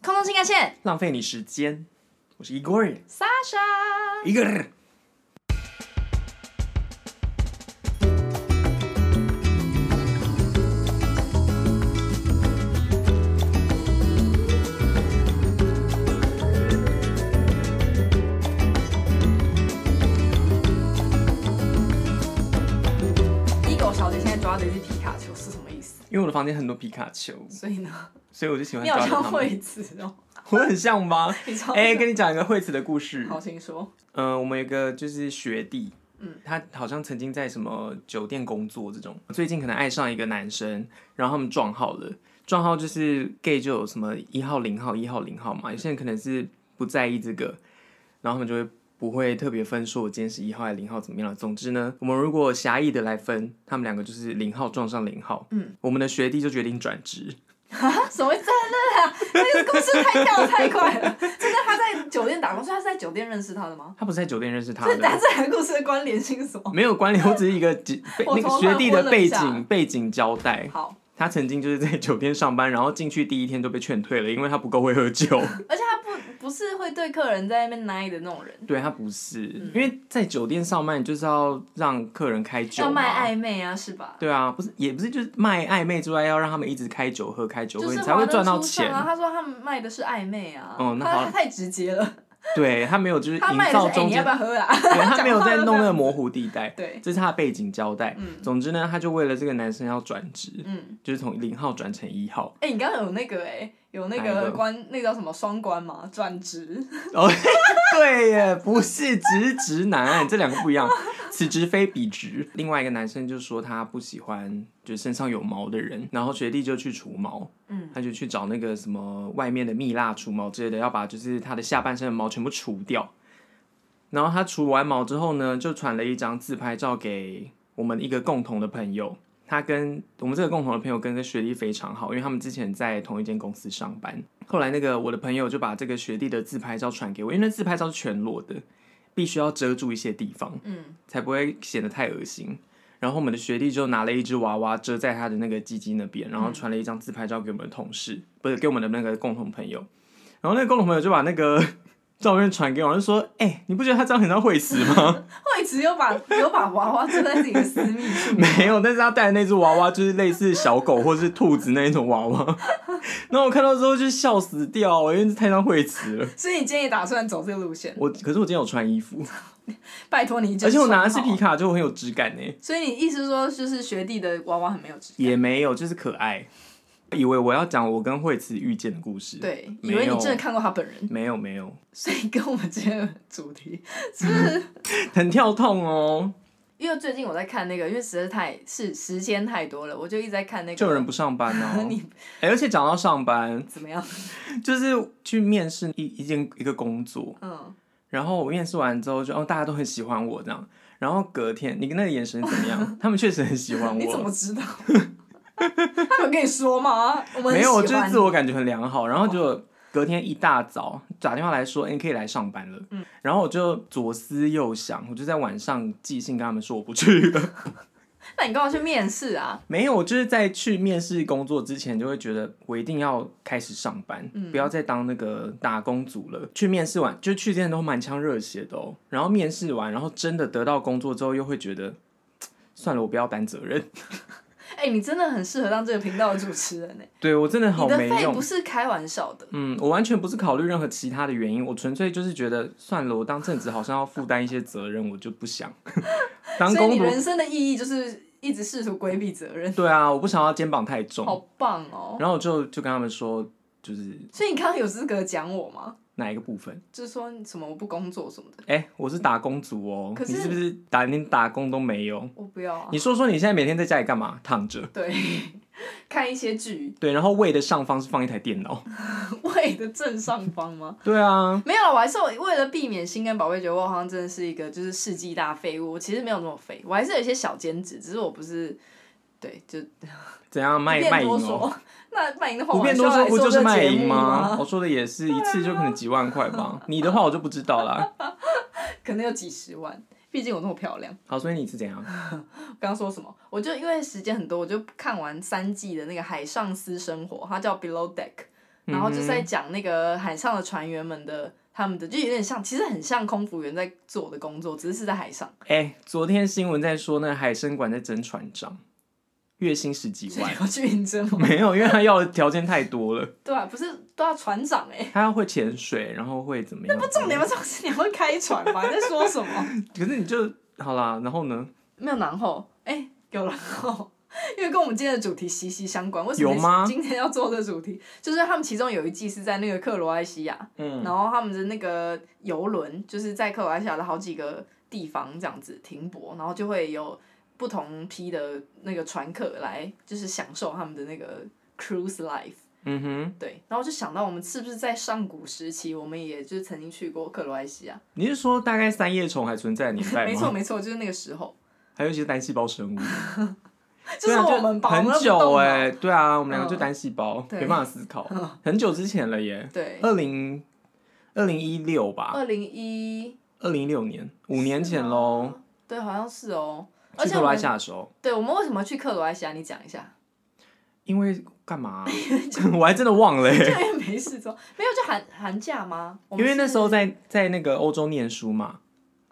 空中新干线浪费你时间。我是 Igor， ，Sasha。一个人。一狗小姐现在抓的一只皮卡丘是什么意思？因为我的房间很多皮卡丘，所以呢，所以我就喜欢你好抓着像它会们。词哦。我很像吗？你超哎、跟你讲一个惠子的故事。好，请说。嗯、我们有一个就是学弟，嗯他好像曾经在什么酒店工作这种，最近可能爱上一个男生，然后他们撞号了。撞号就是 gay 就有什么一号零号一号零号嘛，有些人可能是不在意这个，然后他们就会不会特别分说我今天是一号还是零号怎么样了。总之呢，我们如果狭义的来分，他们两个就是零号撞上零号。嗯，我们的学弟就决定转职，啊，什么真的啊？那个故事太跳得太快了。真的，他在酒店打工，所以他是在酒店认识他的吗？他不是在酒店认识他这的，但这两个故事的关联性是什么？ 没有关联，我只是一个 只被我那个头学突弟然昏的了背一下景背景交代。好，他曾经就是在酒店上班，然后进去第一天就被劝退了，因为他不够会喝酒。 而且他不不是会对客人在那边奶的那种人，对他不是，嗯因为在酒店上班，你就是要让客人开酒要嘛。卖暧昧啊，是吧？对啊，不是也不是，就是卖暧昧之外，要让他们一直开酒喝，开酒喝，就是你才会华灯赚到初上钱。啊！他说他们卖的是暧昧啊，哦那他好他太直接了，对他没有就是他营卖的是造哎、中你间要不要喝啊？ 对他没有在讲话都弄那这个样模糊地带，对，这是他的背景交代。嗯总之呢，他就为了这个男生要转职，嗯，就是从零号转成一号。哎、你刚刚有那个哎、有那哪一个个关，那个叫什么双关嘛，转职， 哦，对耶，不是直直男，这两个不一样，此直非彼直。另外一个男生就说他不喜欢就是身上有毛的人，然后学弟就去除毛，嗯，他就去找那个什么外面的蜜蜡除毛之类的，要把就是他的下半身的毛全部除掉。然后他除完毛之后呢，就传了一张自拍照给我们一个共同的朋友。他跟我们这个共同的朋友跟这学弟非常好，因为他们之前在同一间公司上班。后来那个我的朋友就把这个学弟的自拍照传给我，因为那自拍照是全裸的，必须要遮住一些地方，嗯，才不会显得太恶心。然后我们的学弟就拿了一只娃娃遮在他的那个鸡鸡那边，然后传了一张自拍照给我们的同事，不是给我们的那个共同朋友。然后那个共同朋友就把那个 照片传给我，就说：“哎、你不觉得他这样很像会死吗？惠子有把有把娃娃遮在自己的私密处， 没有，但是他带的那只娃娃就是类似小狗或是兔子那一种娃娃。 然后我看到之后就笑死掉，因为这太像惠子了。所以你今天也打算走这个路线？我可是我今天有穿衣服，拜托你，而且我拿的是皮，卡丘，很有质感呢。所以你意思说就是学弟的娃娃很没有质也没有，就是可爱。以为我要讲我跟惠慈遇见的故事，对，以没为你有真的看过他本人，没有没有，所以跟我们今天的主题是不是？很跳痛哦。因为最近我在看那个，因为实在太是时间太多了，我就一直在看那个。就有人不上班哦， 你哎、而且讲到上班，怎么样？就是去面试一一件一个工作，嗯，然后我面试完之后就哦，大家都很喜欢我这样，然后隔天你跟那个眼神怎么 样？他们确实很喜欢你怎么我，知道？ 他们有跟你说吗？我们很没有，喜就欢哦是自我感觉很良好，然后就。隔天一大早打电话来说，哎你可以来上班了。嗯然后我就左思右想，我就在晚上寄信跟他们说我不去了。那你干嘛去面试啊？没有，就是在去面试工作之前，就会觉得我一定要开始上班，嗯不要再当那个打工族了。去面试完，就去之前都满腔热血的哦。然后面试完，然后真的得到工作之后，又会觉得，嘖算了，我不要担责任。 哎、你真的很适合当这个频道的主持人呢、对我真的好你的没肺用不。是开玩笑的，嗯，我完全不是考虑任何其他的原因，我纯粹就是觉得，算了，我当正职好像要负担一些责任，我就不 想当所以工你读。人生的意义就是一直试图规避责任，对啊，我不想要肩膀太重。好棒哦！然后我就就跟他们说，就是所以你刚刚有资格讲我吗？哪一个部分。就是说什么我不工作什么的，哎、我是打工族哦，可是你是不是打连打工都没有？我不要啊。你说说你现在每天在家里干嘛？躺着。对，看一些剧，对，然后胃的上方是放一台电脑。胃的正上方吗？ 对啊，没有了，我还是为了避免心肝宝贝觉得我好像真的是一个就是世纪大废物，我其实没有那么废，我还是有一些小兼职，只是我不是对就怎样卖不便卖淫多哦？说。 那卖淫的话，不便多我还说，是不要来就是做这卖节淫目吗？？我说的也是，一次就可能几万块吧。你的话我就不知道啦。 可能有几十万，毕竟我那么漂亮。好，所以你是怎样？ 刚刚说什么？我就因为时间很多，我就看完三季的那个《海上私生活》，它叫《Below Deck》，然后就是在讲那个海上的船员们的他们的，就有点像，其实很像空服员在做的工作，只是是在海上，哎、昨天新闻在说，那海参馆在争船长，月薪十几所以万 你，要去应征吗？没有，因为他要的条件太多了，对啊，不是对啊，船长哎、他要会潜水，然后会怎么样？不重点吗？重点是你会开船吗？你在说什么？可是你就好啦，然后呢？没有然后，哎、有然后， 因为跟我们今天的主题息息相关。为什么有吗今天要做这个主题？就是他们其中有一季是在那个克罗埃西亚，嗯，然后他们的那个游轮就是在克罗埃西亚的好几个地方这样子停泊，然后就会有不同批的那个船客来，就是享受他们的那个 cruise life。嗯哼，对，然后就想到我们是不是在上古时期，我们也就是曾经去过克罗埃西亚？你是说大概三叶虫还存在的年代吗？没错，没错，就是那个时候，还有一些单细胞生物，就是我们吧，对啊就很我们都不动久脑哎、对啊，我们两个就嗯单细胞，对嗯没办法思考，很久之前了耶，对，二零二零一六吧，二零一二零一六年，五年前喽，，对，好像是哦。而去且克我罗埃们西亚的时候，对我们为什么去克罗埃西亚？你讲一下。 因为干嘛啊、我还真的忘了、就欸，因为没事做，没有就寒寒假吗？我因们为那是哦时候在在那个欧洲念书嘛，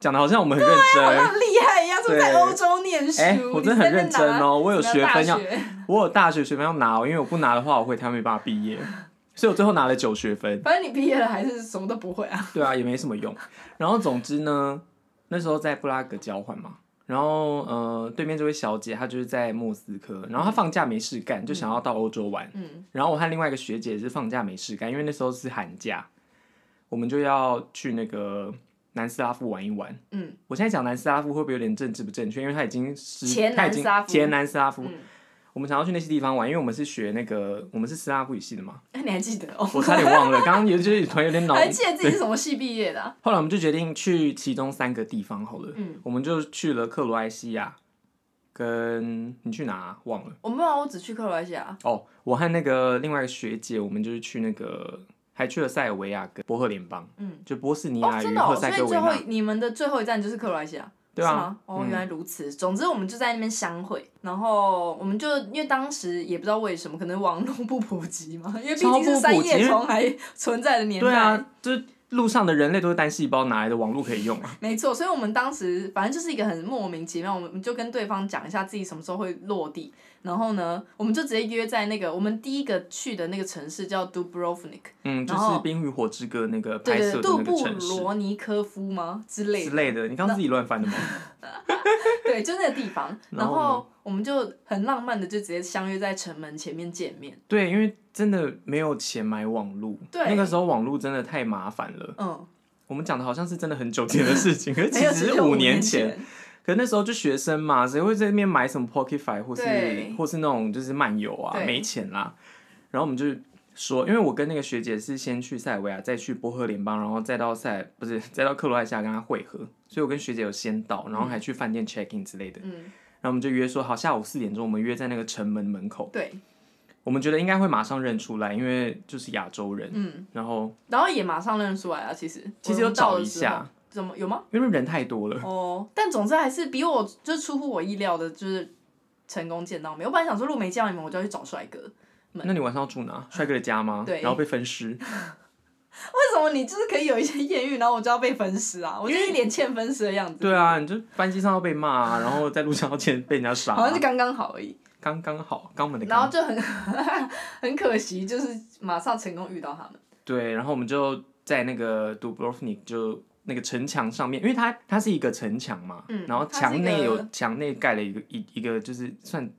讲的好像我们很认好真，像很厉害一样，说在对欧洲念书，哎你我真的很在那认真拿哦我有什么学大分要学 我有大学学分要拿哦，因为我不拿的话，我回台湾没办法毕业，所以我最后拿了九学分。反正你毕业了还是什么都不会啊。对啊，也没什么用。然后总之呢，那时候在布拉格交换嘛，然后呃，对面这位小姐她就是在莫斯科，然后她放假没事干，就想要到欧洲玩。嗯，然后我和另外一个学姐也是放假没事干，因为那时候是寒假，我们就要去那个南斯拉夫玩一玩。嗯，我现在讲南斯拉夫会不会有点政治不正确？因为它已经是前它已南经斯拉夫前南斯拉夫，嗯我们想要去那些地方玩，因为我们是学那个我们是斯拉夫语系的嘛，哎，你还记得哦？ 我差点 忘了，刚刚有就是突然有点脑还记得自己是什么系毕业的啊？后来我们就决定去其中三个地方好了，嗯我们就去了克罗埃西亚，跟你去哪啊、忘了我没有啊，我只去克罗埃西 亚。哦。我和那个另外一个学姐，我们就是去那个，还去了塞尔维亚跟波赫联邦，嗯，就波斯尼哦，亚真与的哦，赫所塞以哥维最后那，你们的最后一站就是克罗埃西亚。对是啊吗，哦，嗯原来如此。总之，我们就在那边相会，然后我们就因为当时也不知道为什么，可能网络不普及嘛， 因为毕竟是三叶虫还存在的年代，对啊，就是路上的人类都是单细胞，哪来的网络可以用啊？没错。所以我们当时反正就是一个很莫名其妙，我们就跟对方讲一下自己什么时候会落地，然后呢，我们就直接约在那个我们第一个去的那个城市叫 Dubrovnik，嗯，就然是后《冰与火之歌》那个对拍对摄对，的杜那布个城市罗尼科夫吗之类之的？类的。你刚刚自己乱翻的吗？ 对，就那个地方。然然后呢后我们就很浪漫的就直接相约在城门前面见面。对，因为真的没有钱买网路，对那个时候网路真的太麻烦了。嗯，我们讲的好像是真的很久前的事 情， 可是没其有，实其是实五年年前。。可那时候就学生嘛，谁会在那边买什么 Pocket Five 或是对或是那种就是漫游啊，对没钱啦。然后我们就说，因为我跟那个学姐是先去塞尔维亚，再去波赫联邦，然后再到塞不是再到克罗埃西亚跟她会合，所以我跟学姐有先到，然后还去饭店 check in 之类的。嗯，然后我们就约说好，下午四点钟我们约在那个城门门口，对，我们觉得应该会马上认出来，因为就是亚洲人。嗯，然后然后也马上认出来了。其实，其实我有们到找的一时候下，，怎么有吗？因为人太多了。哦，但总之还是比我就是出乎我意料的，就是成功见到面。我本来想说，如果没见到你们，我就要去找帅哥。 为那你晚上要住哪？帅哥的家吗？对然后被分尸。什么你就是可以有一些艳遇，然后我就要被分尸啊？我就一脸欠分尸的样子。对啊，你就班机上要被骂啊，然后在路上要见被人 家杀、好像就刚刚好而已，刚刚好，肛门的然后肛。就很很 可惜，就是马上成功遇到他们。对，然后我们就在那个 Dubrovnik 就那个城墙上面，因为它它是一个城墙嘛，嗯然后它是墙一个内有墙内盖了一个一一个就是算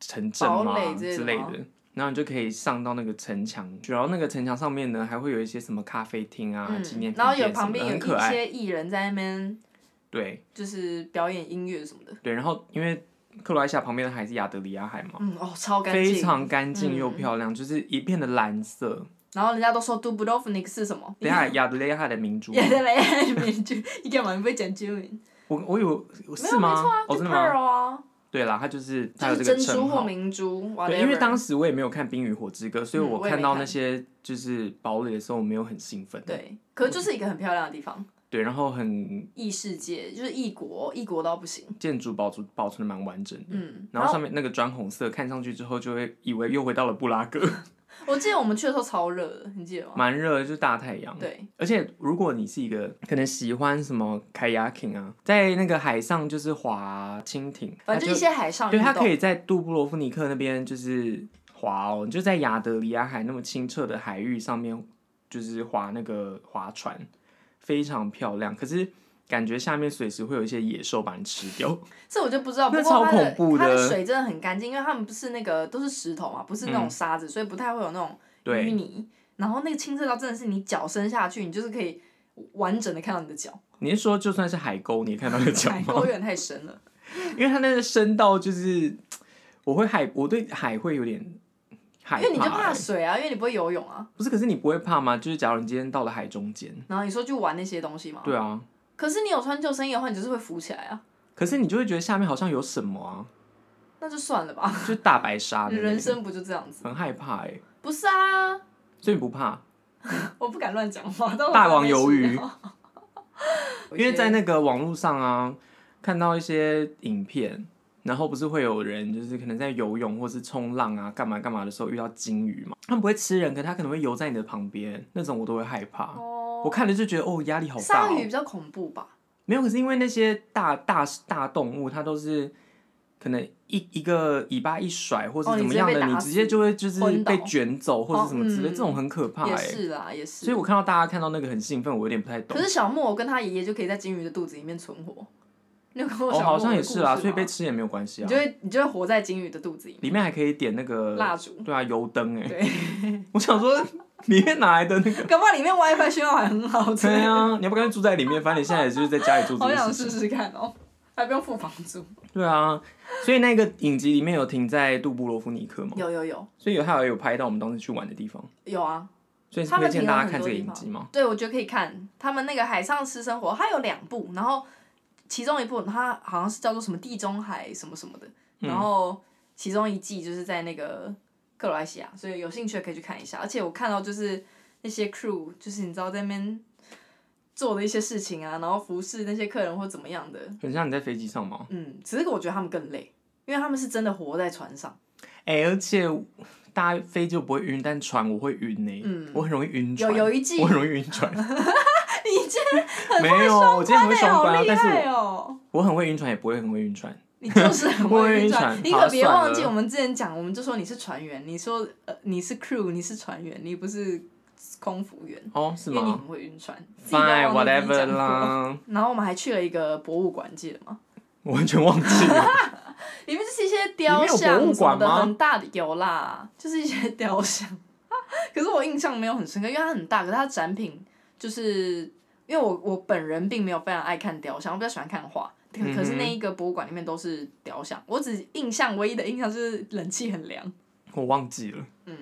城镇堡嘛垒之类之的类吗的。然后你就可以上到那个城墙去，然后那个城墙上面呢，还会有一些什么咖啡厅啊、纪念嗯，品然后有店什旁么的边有很可一爱。些艺人在那边对就是表演音乐什么的。对，然后因为克罗埃西亚旁边的海是亚得里亚海嘛，嗯，哦，超干非净。常干净又嗯漂亮，就是一片的蓝 色。然后人家都说 Dubrovnik 是什么？等一下亚得雷亚的明珠吗，也在来面 具，你干嘛你不会讲中文？我我有是吗？哦，啊就真的吗？ pearl 啊，对啦，它就是它就有是这个珍珠称或号。明珠。对， whatever 因为当时我也没有看《冰与火之歌》，所以嗯我我也看没到看那些就是堡垒的时候，我没有很兴奋。对，可是就是一个很漂亮的地方，对，然后很异世界就是异国，异国到不行。建筑保存保存的蛮完整的。嗯，然后上面那个砖红色，看上去之后就会以为又回到了布拉格。 我记得我们去的时候超热的，你记得吗？蛮热的，就是大太阳。对，而且如果你是一个可能喜欢什么 kayaking 啊，在那个海上就是划蜻蜓，反正就一些海上对，运它可动，以在杜布罗夫尼克那边就是划哦，就在亚得里亚海那么清澈的海域上面，就是划那个划船，非常漂亮。可是感觉下面随时会有一些野兽把你吃 掉，这我就不知道。那不过超它恐怖的它的水真的很干净，因为他们不是那个都是石头嘛，不是那嗯种沙子，所以不太会有那种淤对，泥。然后那个清澈到真的是你脚伸下去，你就是可以完整的看到你的脚，你是说就算是海沟，你也看到那个脚海吗？沟有点太深了。因为它那个深到就是，我会海，我对海会有点害因怕、为你就怕欸水啊，因为你不会游泳啊。不是，可是你不会怕吗？就是假如你今天到了海中间，然后你说去玩那些东西嘛，对啊，可是你有穿救生衣的话，你就是会浮起来啊，可是你就会觉得下面好像有什么啊，那就算了吧。就是大白鲨的那个人生不就这样子？很害怕哎、欸，不是啊，所以你不怕？我不敢乱讲话。但我大王怕被吃鱿鱼掉，因为在那个网络上啊，看到一些影片，然后不是会有人就是可能在游泳或是冲浪啊，干嘛干嘛的时候遇到鲸鱼嘛，他们不会吃人，可它可能会游在你的旁边，那种我都会害怕。我哦，看了就觉得哦，压力好大、鲨鱼哦。比较恐怖吧？没有，可是因为那些大大大动物，它都是可能一一个尾巴一甩或哦是你怎么直接样被的，打你死直接就会就是昏倒被卷走或哦是什么之类，嗯这种很可怕哎、也是啦，也是。所以我看到大家看到那个很兴奋，我有点不太懂可。是小莫跟他爷爷就可以在鲸鱼的肚子里面存活。你有看过哦，小莫好的故像事也是啦，吗所以被吃也没有关系你啊就。会你就会活在鲸鱼的肚子里面。里面还可以点那个蜡烛对啊，油灯哎、对， 我想说 里面哪来的那个？搞不好里面 WiFi 信号还很好。之类对的啊，你要不干脆住在里面，反正你现在也就是在家里做这 好想件事试情。试看哦，还不用付房租。对啊，所以那个影集里面有停在杜布罗夫尼克嘛，有有有所以有还有有拍到我们当时去玩的地方，有啊，所以是他们推荐平常大家很看这多个地影方集吗？对，我觉得可以看他们那个海上私生活，它有两部，然后其中一部它好像是叫做什么地中海什么什么的，嗯然后其中一季就是在那个克罗埃西亚，所以有兴趣的可以去看一下。而且我看到就是那些 crew，就是你知道在那边做的一些事情啊，然后服侍那些客人或怎么样的，很像你在飞机上吗？嗯，只是我觉得他们更累，因为他们是真的活在船上，哎、而且大家飞机我不会晕，但船我会晕呢、嗯我很容易晕有船。有一季我很容易晕船。 你今天没有，我今天很会双欸好关啊，厉但是害我哦。我很会晕船，也不会很会晕船。你就是很会晕我会船，晕船你可别好算了忘记我们之前讲，我们就说你是船员，你说呃你是 crew，你是船员，你不是空服员，哦，是因为你吗很会晕船。自己都？Fine 忘记自己 whatever 讲过。啦，然后我们还去了一个博物馆，记得吗？我完全忘记了。 里面就是一些里雕面有博像物什馆吗么的，很大的有啦，就是一些雕像。可是我印象没有很深刻，因为它很大，可是它的展品就是因为我我本人并没有非常爱看雕像，我比较喜欢看画。可嗯哼可是那一个博物馆里面都是雕像，我只印象唯一的印象就是冷气很凉。我忘记了，嗯，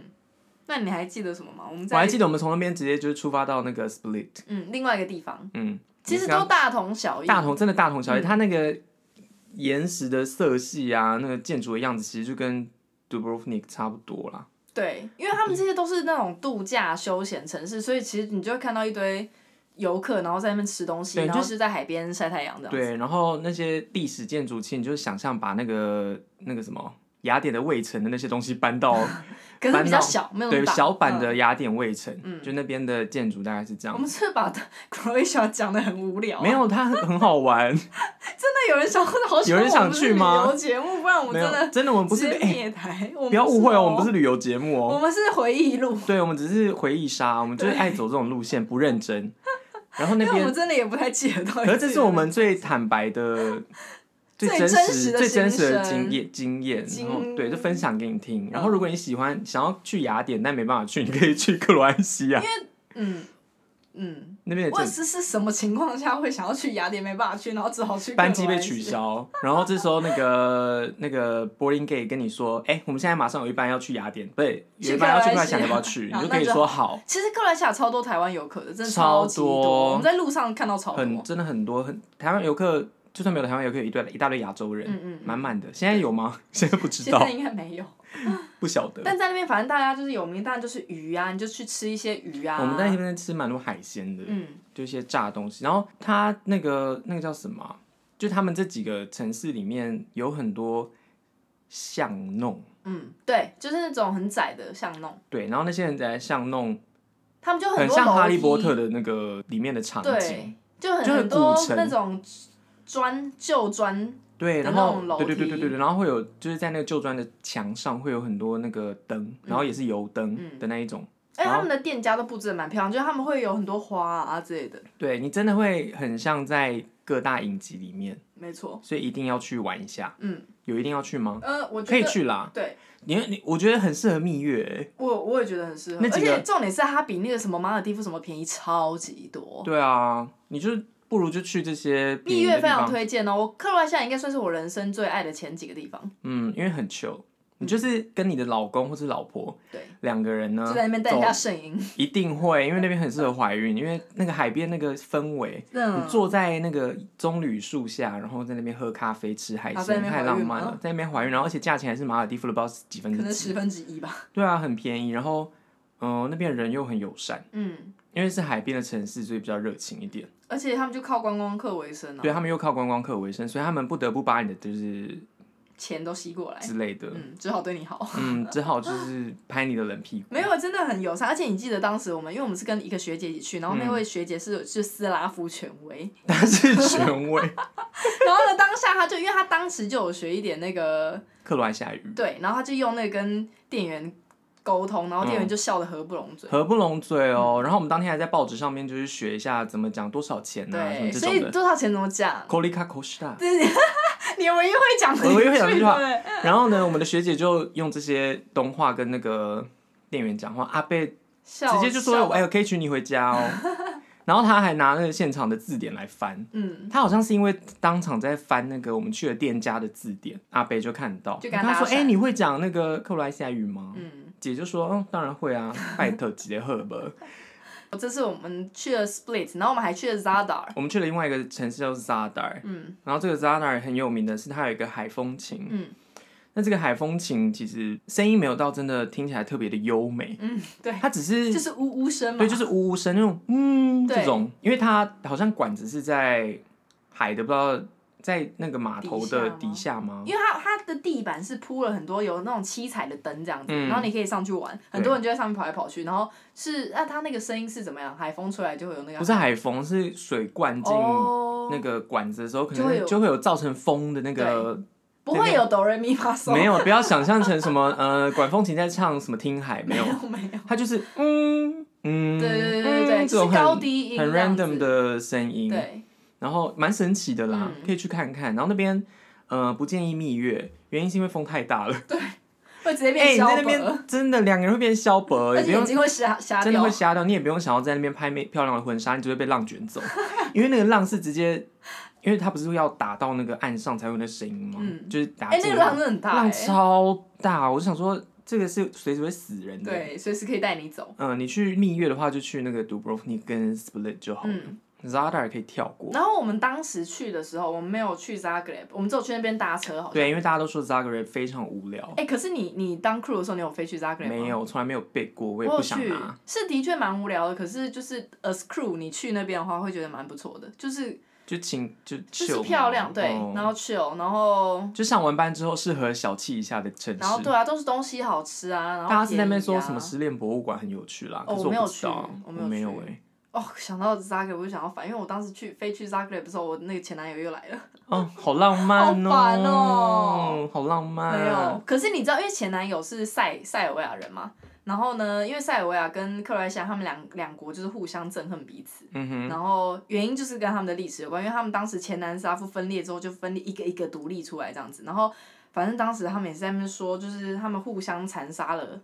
那你还记得什么吗？我们我在还记得我们从那边直接就是出发到那个 Split，嗯另外一个地方，嗯，其实你刚都大同小异。大同真的大同小异，嗯它那个岩石的色系啊，那个建筑的样子，其实就跟 Dubrovnik 差不多啦。对，因为他们这些都是那种度假休闲城市，所以其实你就会看到一堆游客，然后在那边吃东西，对然后就是在海边晒太阳这样子。对，然后那些历史建筑，其实你就想象把那个那个什么雅典的卫城的那些东西搬 到可是比搬较到小，没有那对么大小版、嗯的雅典卫城，就那边的建筑大概是这我样。们是不是把 Croatia 讲的很无聊啊、没有，它很很好玩，那有人想，好喜有欢人想我们是去吗旅游节目，不然 我们没真有的真的，我们不是直接哎、灭台。我们不要误会哦，我们不是是旅游节目哦，我哦，们是回忆录，对，我们只是回忆杀，我们就是爱走这种路线，不认真。然后那因为我边们真的也不太记得 到底可自己的名字。是这是我们最坦白的、 最真真实实、的最真心实的声经验经验，经然后对，就分享给你听。然后嗯如果你喜欢想要去雅典，但没办法去，你可以去克罗埃西亚嗯嗯，那边的我政是是什么情况下会想要去雅典没办法去，然后只好去班克机罗被埃西取亚消，然后这时候那个那个 boarding gate 跟你说，哎、我们现在马上有一班要去雅典，对，有一班要去克去克罗罗埃西亚想要不要去，好你就那可以就说好，其实克罗埃西亚超多台湾游客的，真的超级多我们在路上看到超多。嗯很真的很多，很台湾游客，就算没有台湾游客，有一堆一大堆亚洲人，嗯嗯嗯满满的。现在有吗？ 现在不知现道在，应该没有，不晓得。但在那边反正大家就是有名，当然就是鱼啊，你就去吃一些鱼啊。我们在那边吃蛮多海鲜的，嗯，就一些炸东西。然后它那个那个叫什么啊、就他们这几个城市里面有很多巷弄，嗯，对，就是那种很窄的巷弄，对，然后那些人在巷弄，他们就很多像哈楼利梯，波特的那个里面的场景，对，就很就很很多古城那种砖旧砖，对，的然那后种楼对对对对梯对，对然后会有就是在那个旧砖的墙上会有很多那个嗯灯，然后也是油灯的那一种，哎，然他后们的店家都布置的蛮漂亮，就是他们会有很多花啊之类的，对你真的会很像在各大影集里面，没错，所以一定要去玩一下。嗯，有一定要去吗？呃，我觉得可以去啦。对，你你我觉得很适合蜜月欸、我我也觉得很适合，那而几个且重点是它比那个什么马尔蒂夫什么便宜超级多。对啊，你就是不如就去这些便蜜宜的月地非常方。推荐哦，我克罗埃西亚应该算是我人生最爱的前几个地方。嗯，因为很穷，你就是跟你的老公或是老婆对，两个人呢，就在那边带一下摄影，嗯走一定会，因为那边很适合怀孕，因为那个海边那个氛围。嗯你，坐在那个棕榈树下，然后在那边喝咖啡、吃海啊在那鲜，边太怀浪孕漫吗了。在那边怀孕，然后而且价钱还是马尔蒂夫的，不知道是几分可之能几。十分之一吧。对啊，很便宜。然后，嗯、那边人又很友善，嗯，因为是海边的城市，所以比较热情一点。而且他们就靠观光客为生啊，对他们又靠观光客为生，所以他们不得不把你的就是钱都吸过来，之类的，嗯，只好对你好。 嗯，只好就是拍你的冷屁股。哦没有，真的很友善，而且你记得当时我们，因为我们是跟一个学姐一起去，然嗯后那位学姐是是斯拉夫权威， 但是权威，然后呢，当下她就因为她当时就有学一点那个克罗埃西亚语，对，然后她就用那个跟店员沟通，然后嗯店员就笑得合不拢嘴。合不拢嘴哦。然后我们当天还在报纸上面就是学一下怎么讲多少钱啊，什么对，这所种以的。多少钱怎么讲？ k o l i k a k o s h t a 你唯一会讲的，我唯一会讲这这 句话然后呢，我们的学姐就用这些东话跟那个店员讲话，阿贝直直接就说：“哎、，我可以娶你回家哦。” 然后他还拿那个现场的字典来翻，嗯，他好像是因为当场在翻那个我们去的店家的字典，阿北就看到，就跟然后他他说：“搭讪哎、你会讲那个克罗埃西亚语吗？”嗯姐就说：“嗯，当然会啊，拜托吉列赫伯。 这次我们去了 Split，然后我们还去了 Zadar，” 我们去了另外一个城市叫 Zadar，嗯，然后这个 Zadar 很有名的是它有一个海风琴，嗯，那这个海风琴其实声音没有到真的听起来特别的优美，嗯，对，它只是就是呜呜声嘛，对，就是呜呜声那种，嗯，对这种，因为它好像管子是在海的，不知道在那个码头的底底下吗？因为它它的地板是铺了很多有那种七彩的灯这样子，嗯然后你可以上去玩，很对多人就在上面跑来跑去，然后是那、它那个声音是怎么样？海风吹来就会有那个不是海风，是水灌进哦，那个管子的时候，可就会能有就会有造成风的那个，不会有哆来咪发嗦，没 有，不要想象成什么呃，管风琴在唱什么听海，没有，没有，它就是嗯嗯，对对对对对，嗯这是种高很低音很这样子 random 的声音，对，然后蛮神奇的啦，嗯可以去看看。然后那边呃不建议蜜月，原因是因为风太大了。会直接哎、变你消在那薄，边真的两个人会变消薄，而也且不眼用睛会瞎瞎真的掉会，瞎掉，你也不用想要在那边拍美漂亮的婚纱，你只会被浪卷走，因为那个浪是直接，因为它不是要打到那个岸上才会有那声音吗？嗯就是打哎、这那个浪真的很大、浪哎，超大，我就想说这个是随时会死人的。，对，随时可以带你走，嗯、你去蜜月的话就去那个 Dubrovnik 跟 Split 就好了、嗯。 z a d a r 可以跳过。然后我们当时去的时候，我们没有去 Zagreb，我们只有去那边搭车，好像。对，因为大家都说 Zagreb 非常无聊，哎、可是你你当 crew 的时候，你有飞去 Zagreb 吗？没有，从来没有背过，我我也有不想去拿。，是的确蛮无聊的。可是就是 as crew，你去那边的话，会觉得蛮不错的，就是就请就就是秀嘛漂亮，对，嗯然后 chill，然后就上完班之后适合小憩一下的城市。然后对啊，都是东西好吃啊，然后、大家是在那边说什么？失恋博物馆很有趣啦，哦可是我没有不知道去，我我没有没有去哎、哦，想到 Zagreb 我就想要烦，因为我当时去飞去 Zagreb 的时候，我那个前男友又来了，哦，好浪漫哦， 好烦哦好浪漫。哦没有。可是你知道，因为前男友是塞塞尔维亚人嘛，然后呢，因为塞尔维亚跟克罗埃西亚他们两两国就是互相憎恨彼此。嗯哼，然后原因就是跟他们的历史有关，因为他们当时前南斯拉夫分裂之后就分裂一个一个独立出来这样子，然后反正当时他们也是在那边说，就是他们互相残杀了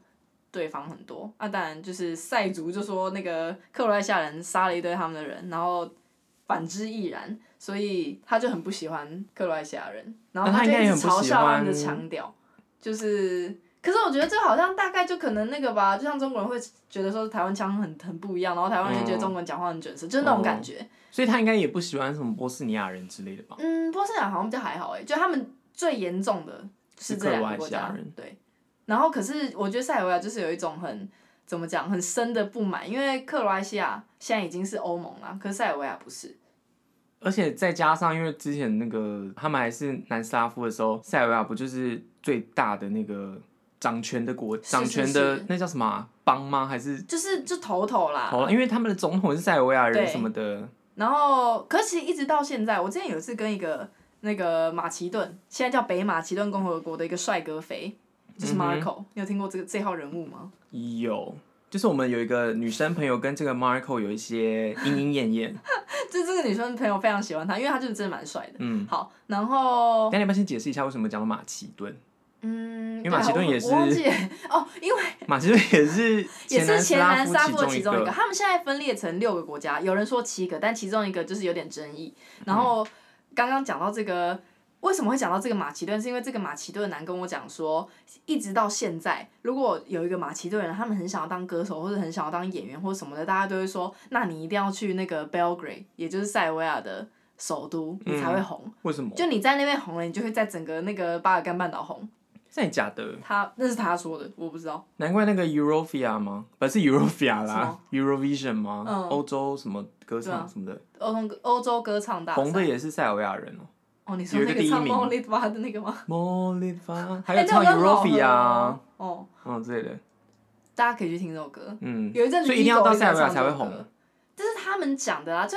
对方很多。那、当然就是塞族就说那个克罗埃西亚人杀了一堆他们的人，然后反之亦然，所以他就很不喜欢克罗埃西亚人，然后那他就应该一也很直不嘲喜笑他们的欢强调，就是。可是我觉得这好像大概就可能那个吧，就像中国人会觉得说台湾腔很很不一样，然后台湾人就觉得嗯哦中国人讲话很卷舌，就是那种感觉。所以他应该也不喜欢什么波斯尼亚人之类的吧？嗯，波斯尼亚好像比较还好哎，就他们最严重的是这两个国是克罗埃家西亚人，对。然后可是我觉得塞尔维亚就是有一种很怎么讲很深的不满，因为克罗埃西亚现在已经是欧盟了，可是塞尔维亚不是。而且再加上，因为之前那个他们还是南斯拉夫的时候，塞尔维亚不就是最大的那个掌权的国，是掌权的是那叫什么啊邦吗？还是就是就头头啦。好了，因为他们的总统是塞尔维亚人对什么的，然后，可是其实一直到现在，我之前有一次跟一个那个马其顿，现在叫北马其顿共和国的一个帅哥肥，就是嗯哼 Marco，、你有听过这个这号人物吗？ 有，就是我们有一个女生朋友跟这个 Marco 有一些莺莺燕燕，就这个女生朋友非常喜欢他，因为他就是真的蛮帅的。嗯，好，然后但你要不要先解释一下为什么讲到马其顿？哦 嗯，因为马其顿对啊也是我我忘记哦，因为 马其顿也是 也是前南斯拉沙夫漠其其中中一一个，个，他们现在分裂成六个国家，有人说七个，但其中一个就是有点争议。嗯然后刚刚讲到这个，为什么会讲到这个马其顿？是因为这个马其顿男跟我讲说，一直到现在，如果有一个马其顿人，他们很想要当歌手或者很想要当演员或什么的，大家都会说，那你一定要去那个 Belgrade，也就是塞尔维亚的首都，你嗯才会红。为什么？就你在那边红了，你就会在整个那个巴尔干半岛红。真的假的？他那是他说的，我不知道。难怪那个 Eurovia 吗？不是 Eurovia 什啦么，Eurovision 吗嗯？欧、洲什么歌对啊唱什么的，欧洲欧洲歌唱大红赛。的也是塞尔维亚 人哦、哦，你说有一那个第一唱《名 m o l i v a 的那个吗？茉莉花，还哎，有那首唱歌很好喝 Eurovia 啊，哦，嗯之类的，大家可以去听这首歌。嗯，有一阵子所以一定要 Eagle 到塞尔维亚一直在才会唱这首红歌。这是他们讲的啊，就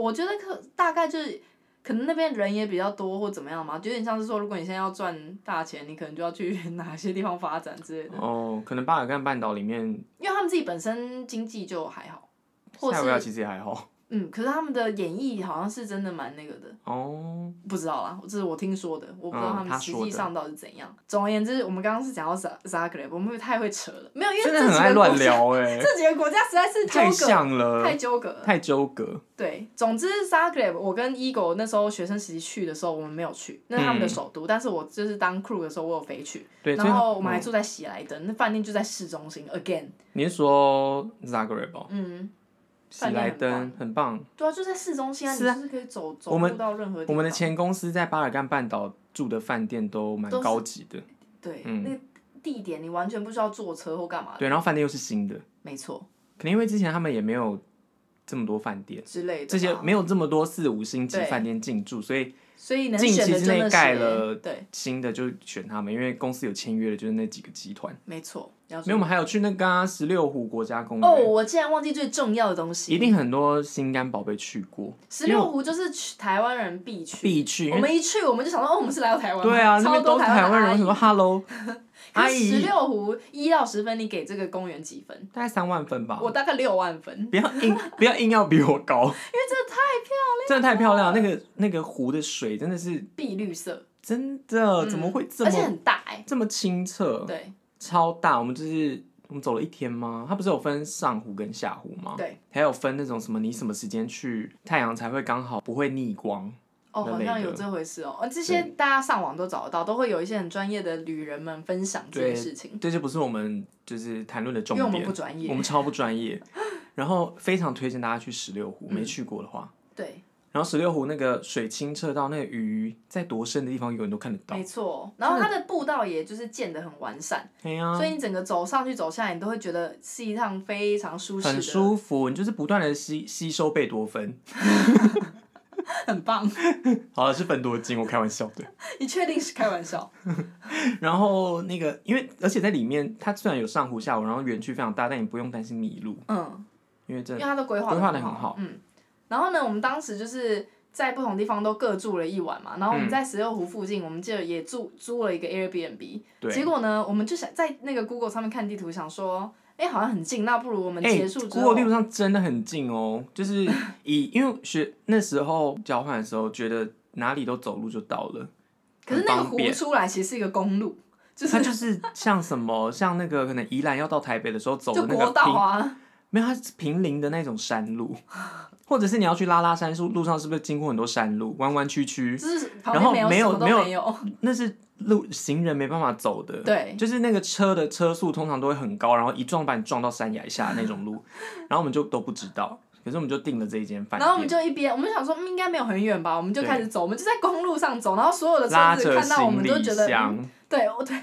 我觉得可大概就是可能那边人也比较多或怎么样嘛，就有点像是说，如果你现在要赚大钱，你可能就要去 哪些地方发展之类的，哦，可能巴尔干半岛里面因为他们自己本身经济就还好，或塞尔维亚是其实也还好嗯，可是他们的演绎好像是真的蛮那个的。哦，不知道啦，这是我听说的，我不知道嗯他们他实说际的上到底是怎样。总而言之，我们刚刚是讲到 Z Zagreb，我们会太会扯了，没有，因为真的这很几爱个乱国家，聊哎、这几个国家实在是纠太葛，像了，太纠葛了。太纠葛，对，总之 Zagreb，我跟 Ego 那时候学生时期去的时候，我们没有去，那是他们的嗯首都，但是我就是当 crew 的时候，我有飞去，对，所以然后我们还嗯住在喜来登，那饭店就在市中心，again，你是说 Zagreb 哦嗯，喜来登饭很棒，对啊，就在市中心啊，是啊你就是可以走走我路们到任何地方。我们的前公司在巴尔干半岛住的饭店都蛮都是高级的，对、嗯那个地点，你完全不需要坐车或干嘛的，对，然后饭店又是新的，没错。可能因为之前他们也没有这么多饭店，之类的吧，这些没有这么多四五星级啊对饭店进驻，所以所以能近选期的之真内的盖是了对，新的就选他们，因为公司有签约的就是那几个集团。没错，要没有，我们还有去那个啊十六湖国家公园，哦，我竟然忘记最重要的东西，一定很多心肝宝贝去过，十六湖就是去台湾人必去。必去，因我为们一去，我们就想说，哦，我们是来到台湾吗，对啊，那超边多都是台湾人，我湾想的说 Hello，阿阿姨。十姨，六湖一到十分，你给这个公园几分？大概三万分吧，我大概六万分，不要硬不要硬要比我高，因为真的太漂亮，真的太漂亮，那个那个湖的水真的是碧绿色，真的嗯怎么会哦这而且么很大哎，这么清澈，对，超大，我们就是。我们走了一天吗？它不是有分上湖跟下湖吗？对，还有分那种什么，你什么时间去，太阳才会刚好不会逆光。哦，那好类像的有这回事哦。呃，这些大家上网都找得到，都会有一些很专业的旅人们分享这件对事情，对，这不是我们就是谈论的重因为点，我们不专我业，们超不专 业。然后非常推荐大家去十六湖，嗯没去过的话。对，然后十六湖那个水清澈到那个鱼在多深的地方，永远都看得到没。错。哦然后它的步道也就是建得很完善。对哎呀、所以你整个走上去走下来，你都会觉得是一趟非常舒适的，很舒服，你就是不断的吸吸收贝多芬。很棒。 好了，是芬多精，我开玩笑的。你确定是开玩 笑？然后那个，因为而且在里面，它虽然有上湖下湖，然后园区非常大，但你不用担心迷路，嗯，因为因真为的它的规划规划得得很好嗯，然后呢，我们当时就是在不同地方都各住了一晚嘛，然后我们嗯在十六湖附近，我们就也住租了一个 Airbnb。结对。果呢，我们就想在那个 Google 上面看地图，想说，哎、好像很近，那不如我们哎结束之后， ，Google 地图上真的很近哦，就是 以因为学那时候交换的时候，觉得哪里都走路就到了。可是那个很湖方便出来其实是一个公路，就是它就是像什么，像那个可能宜兰要到台北的时候走就的那个国道平，啊，没有，它是平林的那种山路，或者是你要去拉拉山路，路上是不是经过很多山路，弯弯曲曲？就是旁然后边没有有什么都没有没有， 那是路行人没办法走的。对，就是那个车的车速通常都会很高，然后一撞把你撞到山崖下那种路，然后我们就都不知道，可是我们就订了这一间饭然后我们店，就一边，我们想说、嗯、应该没有很远吧，我们就对开始走，我们就在公路上走，然后所有的拉车子着看到我行们都李觉得，嗯、箱，对，我对，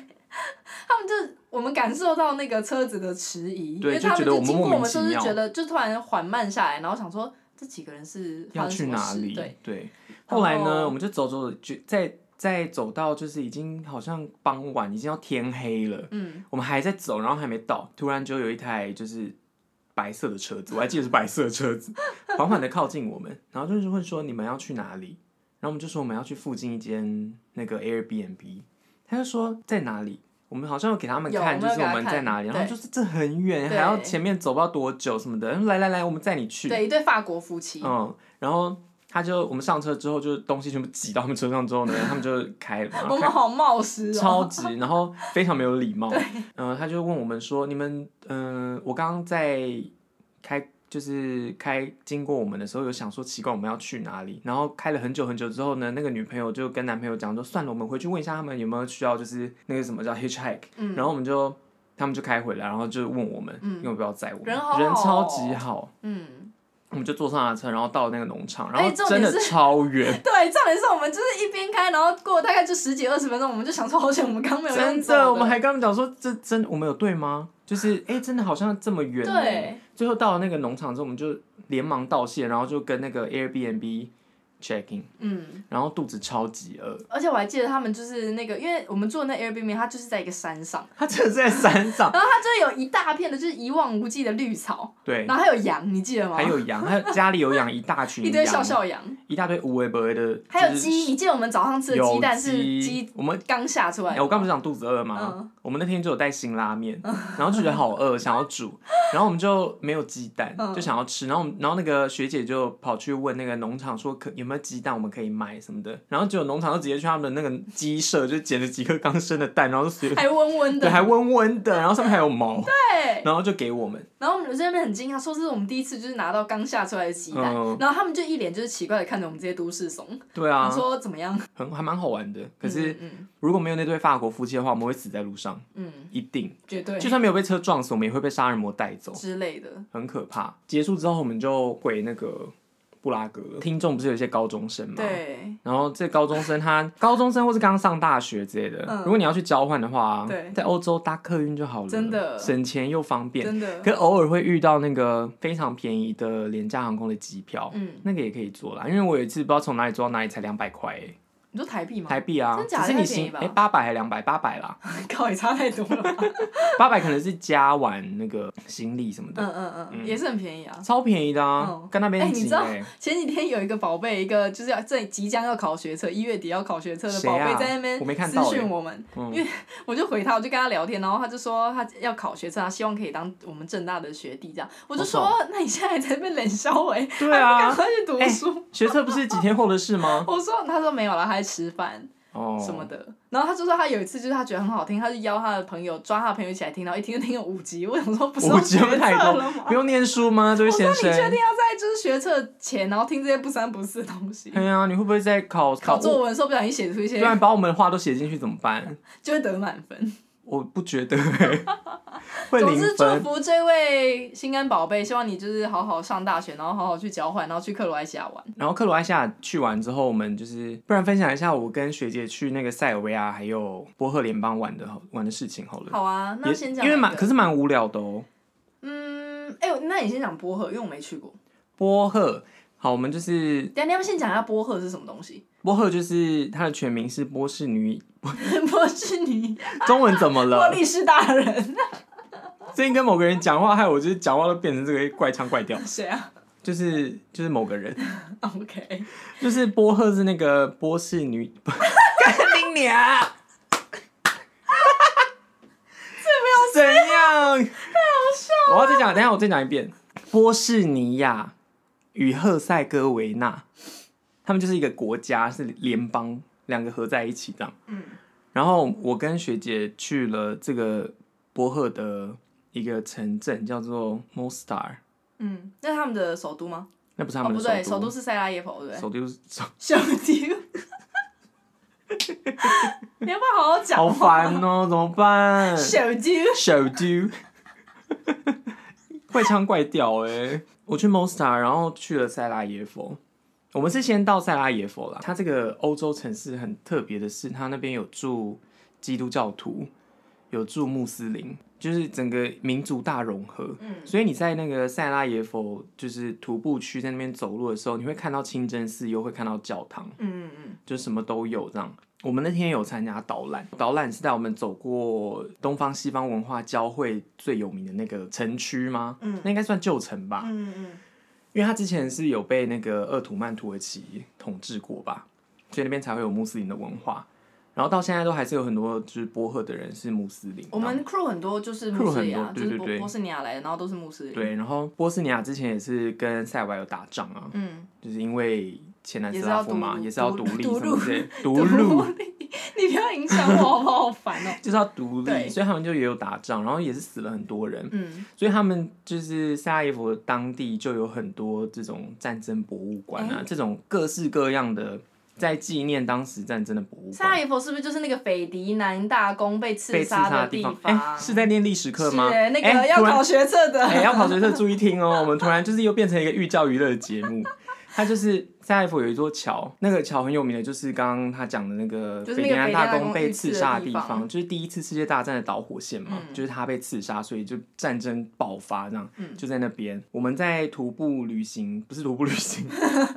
他们就我们感受到那个车子的迟疑，因对为就他觉们得我们经过莫名我们其就是妙觉得就突然缓慢下来，然后想说这几个人是发要生什去么哪事？里对，？对，后来然后呢，我们就走走，就在在走到就是已经好像傍晚，已经要天黑了，嗯，我们还在走，然后还没到，突然就有一台就是白色的车子，我还记得是白色的车子，缓缓的靠近我们，然后就是问说你们要去哪里？然后我们就说我们要去附近一间那个 Airbnb，他就说在哪里？我们好像有给他们有看，我就们有是我给们他在看哪里，然后对就是这很远，还对要前面走不知道多久什么的。来来来，我们载你去。对，一对法国夫妻，嗯，然后他就我们上车之后，就是东西全部挤到他们车上之后呢，他们就开了，然我后们开好冒失超哦。级，然后非常没有礼貌。嗯、他就问我们说，你们嗯、呃我刚刚在开。就是开经过我们的时候，有想说奇怪我们要去哪里，然后开了很久很久之后呢，那个女朋友就跟男朋友讲说，算了，我们回去问一下他们有没有需要，就是那个什么叫 hitchhike，、嗯然后我们就他们就开回来，然后就问我们、嗯要不要载我们，人好人好超哦级好，嗯，我们就坐上了车，然后到那个农场，然哎后重真点的是超远，对，重点是我们就是一边开，然后过了大概就十几二十分钟，我们就想说好险，我们刚 没有用真走的，我们还跟他们讲说，这真我们有对吗？就是哎、真的好像这么远。，对，最后到了那个农场之后，我们就连忙道谢，然后就跟那个 Airbnb check in，嗯，然后肚子超级饿，而且我还记得他们就是那个，因为我们住的那 Airbnb，它就是在一个山上，它真的是在山 上，然后它就有一大片的就是一望无际的绿草，对，然后还有羊，你记得吗？还有羊，还有家里有养一大群 一羊，堆笑笑羊，一大堆无为不为的，还有就是鸡，你记得我们早上吃的有鸡蛋是鸡我们刚下出来哎、的吗，我刚不是讲肚子饿吗？嗯我们那天就有带辛拉面，然后就觉得好饿，想要煮，然后我们就没有鸡蛋，嗯就想要吃。然后我们，然后那个学姐就跑去问那个农场说可有没有鸡蛋，我们可以买什么的。然后结果农场就直接去他们的那个鸡舍，就捡了几颗刚生的蛋，然后就随还温温对的，还温温的，然后上面还有毛，对。然后就给我们。然后我们这边很惊讶，说这是我们第一次就是拿到刚下出来的鸡蛋，嗯然后他们就一脸就是奇怪的看着我们这些都市怂，对他啊，说怎么样？很还蛮好玩的。可是嗯嗯如果没有那对法国夫妻的话，我们会死在路上，嗯，一定。绝对就算没有被车撞死，我们也会被杀人魔带走。之类的，很可怕。结束之后，我们就回那个布拉格了。听众不是有一些高中生吗？。对，然后这高中生他 高中生或是刚上大学之类的，嗯如果你要去交换的话，对在欧洲搭客运就好了，真的省钱又方便。真的，可偶尔会遇到那个非常便宜的廉价航空的机票，嗯，那个也可以做啦。因为我有一次不知道从哪里坐到哪里才两百块欸，你说台币吗？ 台币啊，真只假的是你太便宜行吧哎八百还两百八百 啦，靠，也差太多了吧，八百可能是加完那个行李什么的，嗯嗯嗯，也是很便宜啊。超便宜的啊，嗯跟那边哎你挤知道欸前几天有一个宝贝，一个就是要正即将要考学测，一月底要考学测的谁宝啊贝在那边我没看私到欸讯我们，嗯因为我就回他，我就跟他聊天，然后他就说他要考学测，他希望可以当我们正大的学弟这样，我就好说那你现在在那边冷笑 哎， 对还啊不赶，快去读书。学测不是几天后的事吗？我说，他说没有了，他在吃饭哎哦，什么的。然后他就说他有一次就是他觉得很好听，他就邀他的朋友抓他的朋友一起来听，然后一听就听了五集。我想说不是五级要不学太测多了吗，？不用念书吗？这位先我说你确生定，要在就是学测前，然后听这些不三不四的东西？哎呀，你会不会在考考物？作文的时候不小心写出一些对，啊，把我们的话都写进去怎么办？就会得满分。我不觉 得欸，会总零之，祝分。福这位心肝宝贝，希望你就是好好上大学，然后好好去交换，然后去克罗埃西亚玩。然后克罗埃西亚去完之后，我们就是不然分享一下我跟学姐去那个塞尔维亚还有波赫联邦玩的好玩的事情好了。好啊，那也先讲因为哪蛮个可是蛮无聊的哦。嗯，哎、呦，那你先讲波赫，因为我没去过。波赫，好，我们就是等一下你要不要先讲一下波赫是什么东西？ 波赫，就是它的全名是波士女，波士尼，中文怎么了？波利士大人，最近跟某个人讲话，害我就是讲话都变成这个怪腔怪调，谁啊就是就是某个人， ？OK，就是波赫是那个波士 女，干你娘！ 这没有怎样，太好笑！我要再讲，等一下我再讲一遍，波士尼亚与赫塞哥维那，他们就是一个国家，是联邦，两个合在一起这样。嗯然后我跟学姐去了这个波赫的一个城镇，叫做 Mostar，嗯，那是他们的首都吗？那不是他哦，们不的对，首首都都，是塞拉耶夫，对不对？首都是首 首都， 你要不要好好讲？好烦哦，怎么办？首都，首都， 怪腔怪调哎、我去 Mostar，然后去了塞拉耶夫。我们是先到塞拉耶夫啦，它这个欧洲城市很特别的是，它那边有住基督教徒，有住穆斯林，就是整个民族大融合。嗯所以你在那个塞拉耶夫就是徒步区在那边走路的时候，你会看到清真寺，又会看到教堂。嗯嗯就什么都有这样。我们那天有参加导览，导览是带我们走过东方西方文化交汇最有名的那个城区吗？嗯那应该算旧城吧，嗯嗯因为它之前是有被那个鄂图曼土耳其统治过吧，所以那边才会有穆斯林的文化。然后到现在都还是有很多就是波赫的人是穆斯林，我们 crew 很多就是穆 crew 斯林啊，很就多对是对波对波斯尼亚来的，然后都是穆斯林。对，然后波斯尼亚之前也是跟塞尔维亚有打仗啊，嗯，就是因为前南斯拉夫嘛，也也是是要要独独立独什么之类的，独独立立， 你不要影响我，好不好？好烦哦。就是要独立，对所以他们就也有打仗，然后也是死了很多人， 嗯，所以他们就是萨耶夫当地就有很多这种战争博物馆哎啊，这种各式各样的在纪念当时战争的博物萨馆。耶佛是不是就是那个斐迪南大公被刺被刺杀杀的地方，哎、是在念历史课吗？是欸那哎个要突然考学测 的。哎、要考学测注意听哦。我们突然就是又变成一个寓教于乐的节目。它就是塞莱佛有一座桥，那个桥很有名的，就是刚刚他讲的那个就是斐那迪个南斐迪大南公公被遇刺刺的杀的地地方，方就是第一次世界大战的导火线嘛，嗯就是他被刺杀，所以就战争爆发这样，嗯就在那边。我们在徒步旅行，不是徒步旅 行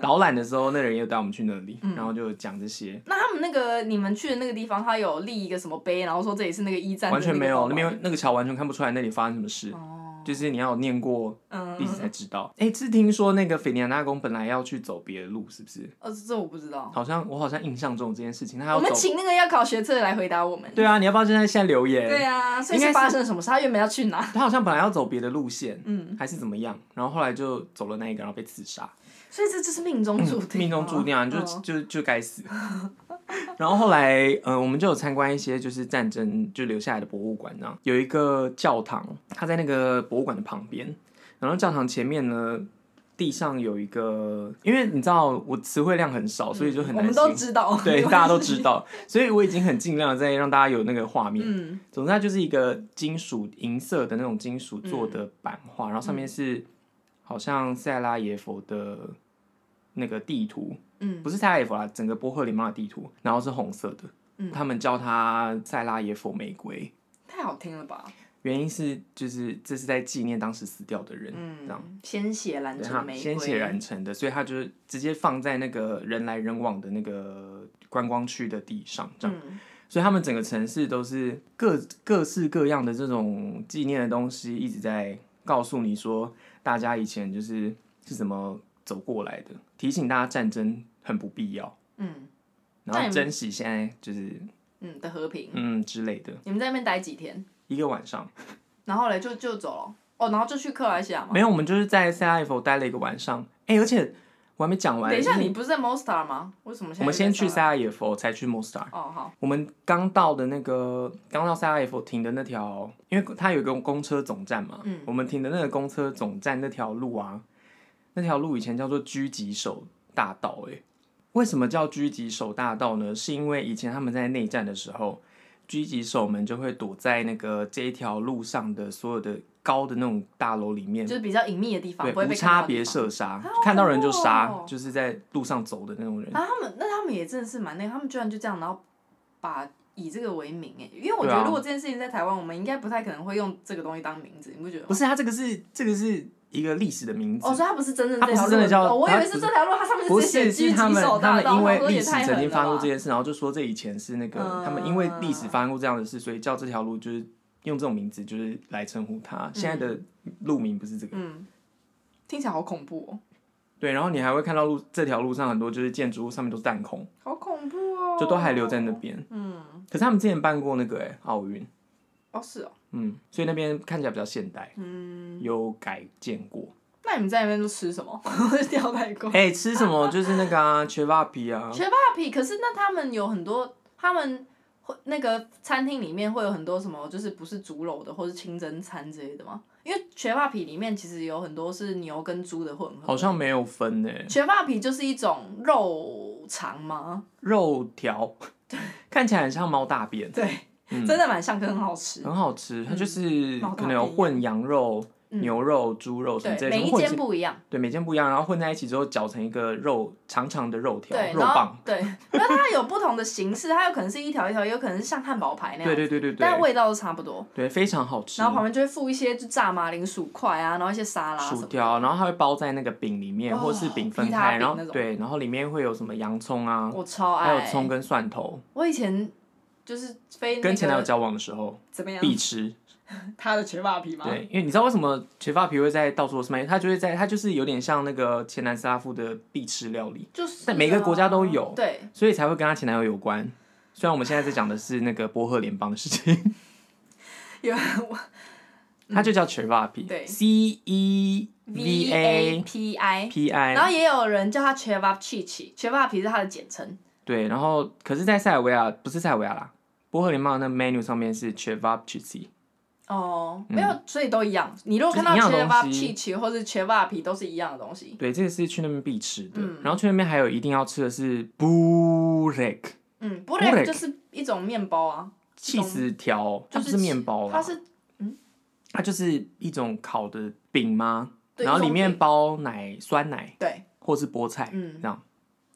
导览的时候，那人也有带我们去那里，嗯然后就讲这些，那他们那个你们去的那个地方，他有立一个什么碑，然后说这里是那个一战的完全那个没有，宝那宝边那个桥完全看不出来那里发生什么事，哦，就是你要有念过嗯，历史才知道。哎、是听说那个斐尼亚大公本来要去走别的路，是不是？呃，这我不知道。好像我好像印象中有这件事情，他我要们走。请那个要考学测的来回答我们。对啊，你要不要现在现在留言？对啊，所以应该是是发生了什么事？他原本要去哪？他好像本来要走别的路线，嗯，还是怎么样，然后后来就走了那一个，然后被刺杀，所以这就是命中注定啊，命中注定啊，你就、嗯就就该死。 然后后来，呃，我们就有参观一些就是战争就留下来的博物馆，这样有一个教堂，它在那个博物馆的旁边，然后教堂前面呢。地上有一个，因为你知道我词汇量很少，所以就很嗯我难们形容。都知道， 对，大家都知道，所以我已经很尽量在让大家有那个画面。嗯，总之，它就是一个金属银色的那种金属做的版画，然后嗯上面是好像塞拉耶佛的那个地图，嗯不是塞拉耶佛啦，整个波赫里曼的地图，然后是红色的，嗯他们叫它塞拉耶佛玫瑰，太好听了吧？原因是就是这是在纪念当时死掉的人，这样。嗯，鲜血染对成它玫瑰，鲜血染成的，所以它就是直接放在那个人来人往的那个观光区的地上，这样。嗯所以他们整个城市都是各各式各样的这种纪念的东西，一直在告诉你说，大家以前就是是怎么走过来的，提醒大家战争很不必要，嗯然后但珍惜现在就是嗯的和平。嗯之类的。你们在那边待几天？一个晚哦上然后嘞就就走了，哦，然后就去克莱西亚嘛。没有，我们就是在 C F 待了一个晚上。哎、而且我还没讲完，等一下，就是你不是在 Mostar 吗？为什么现在嗯我们先去又 C 在 F 才去 Mostar。 Star？哦，好，我们刚到的那个，刚到 CRF 停的那条，因为它有一个公车总站嘛，嗯我们停的那个公车总站那条路啊，那条路以前叫做狙击手大道、欸，为什么叫狙击手大道呢？是因为以前他们在内战的时候，狙击手们就会躲在那个这一条路上的所有的高的那种大楼里面就，是比较隐秘的地方，对，不会无被差看到的别地方。射杀好恐怖，哦看到人就杀，就是在路上走的那种 人。啊，他们那他们也真的是蛮那个，他们居然就这样，然后把以这个为名哎，因为我觉对啊得如果这件事情在台湾，我们应该不太可能会用这个东西当名字，你不觉得不吗？是，它这个是这个是一个历史的名字哦，所以它不是真正它这不是条路真的叫哦我以它为不是是这条路，它上面不只写是，狙是他击们手他大们道，因为我想说历也史太曾狠经了发生过啊吧这件事，然后就说这以前是那个、嗯他们因为历史发生过这样的事，所以叫这条路就是用这种名字就是来称呼它。现在的路名不是这个，嗯，听起来好恐怖哦，对。然后你还会看到路这条路上很多就是建筑物上面都是弹孔，好恐怖哦，就都还留在那，边。嗯，可是他们之前办过那个哎、奥运，哦是哦，嗯，所以那边看起来比较现代，嗯，有改建过。那你们在那边都吃 什么？我是吊带过。哎、吃什么就是那个啊，缺巴皮啊，缺 p 可是那他们有很多，他们会那个餐厅里面会有很多什么，就是不是猪肉的，或是清真餐之类的吗？因为缺 p 里面其实有很多是牛跟猪的混合。好像没有分哎、缺 p 就是一种肉肠吗？肉条， 看起来很像猫大便。嗯对，真的蛮像，可是很好吃。嗯很好吃，它就是可能有混羊肉，牛肉、猪肉什么之对，类的，每一混间不一样，对每间不一样，然后混在一起之后搅成一个肉长长的肉条、对，肉然后棒，对，那它有不同的形式，它有可能是一条一条，也有可能是像汉堡排那样，对对对对但对，味道都差不多。对非常好吃然。后旁边就会附一些就炸马铃薯块啊，然后一些沙拉什薯么的。条，然后它会包在那个饼里面，哦或是饼分披萨开，饼然后那种对，然后里面会有什么洋葱啊，我超还有葱爱。跟蒜头。我以前就是非那个跟前男友交往的时候怎么样？必吃，他的全霸皮吗？对，因为你知道为什么全发皮会在到处都是卖？它就会在，它就是有点像那个前南斯拉夫的必吃料理，就是、啊。但每个国家都有对，所以才会跟她前男友有关。虽然我们现在在讲的是那个波赫联邦的事 情， 有它就叫 c h e v a p i 对 c E V V A A P I。 P 然 I，后也有人叫它 Cheva Chichi，全霸皮是它的简称。对，然后可是，在塞尔维亚不是塞尔维亚啦，波赫联邦的那 menu 上面是 c h e v a p i c 哦，没有，所以都一样。你如果看到嗯就是一 c h e 样 v a 东西 Chichi 或是 c h e v a 皮，都是一样的东西。对，这个是去那边必吃的。嗯然后去那边还有一定要吃的是 burek 嗯，不 Burek 对，就是一种面包啊，气死条，它就不是是面包啦它，是它就是一种烤的饼吗？对然后一种里面饼包奶、酸奶对，或是菠菜，嗯这样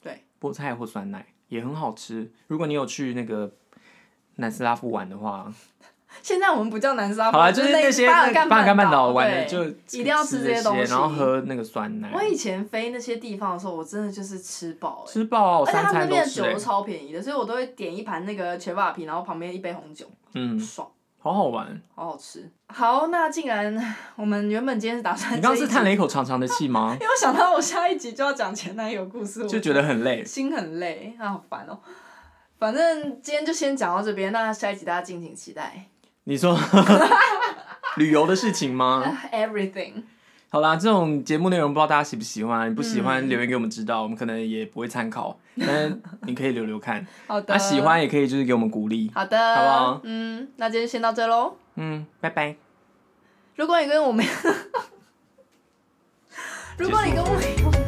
对，菠菜或酸奶也很好吃。如果你有去那个南斯拉夫玩的话，现在我们不叫南沙包，好啦，就就是那些那巴尔个巴尔干半岛岛玩的对就一定要吃吃这些东西然后喝那个酸奶我，以前飞那些地方的时候，我真的就是吃饱、欸，吃爆啊！我而且三他们餐都那边的吃酒欸、都超便宜的，所以我都会点一盘那个全 h 皮，然后旁边一杯红酒，嗯，爽，好好玩。好好吃。好，那既然 我们原本今天是打算你刚刚这是一集叹了一口长长的气吗？因为我想到我下一集就要讲前男友故事，我就觉得很累。心很累，啊，好烦哦、反正今天就先讲到这边，那下一集大家敬请期待。你 说旅游的事情吗？ Everything，好啦，这种节目内容不知道大家喜不喜欢，你不喜嗯欢留言给我们知道，我们可能也不会参考，但是你可以留留看。好的，那、啊喜，欢也可以就是给我们鼓励。好的，好不好嗯，那今天先到这喽。嗯，拜拜。 如果你跟我没有，如果你跟我没有。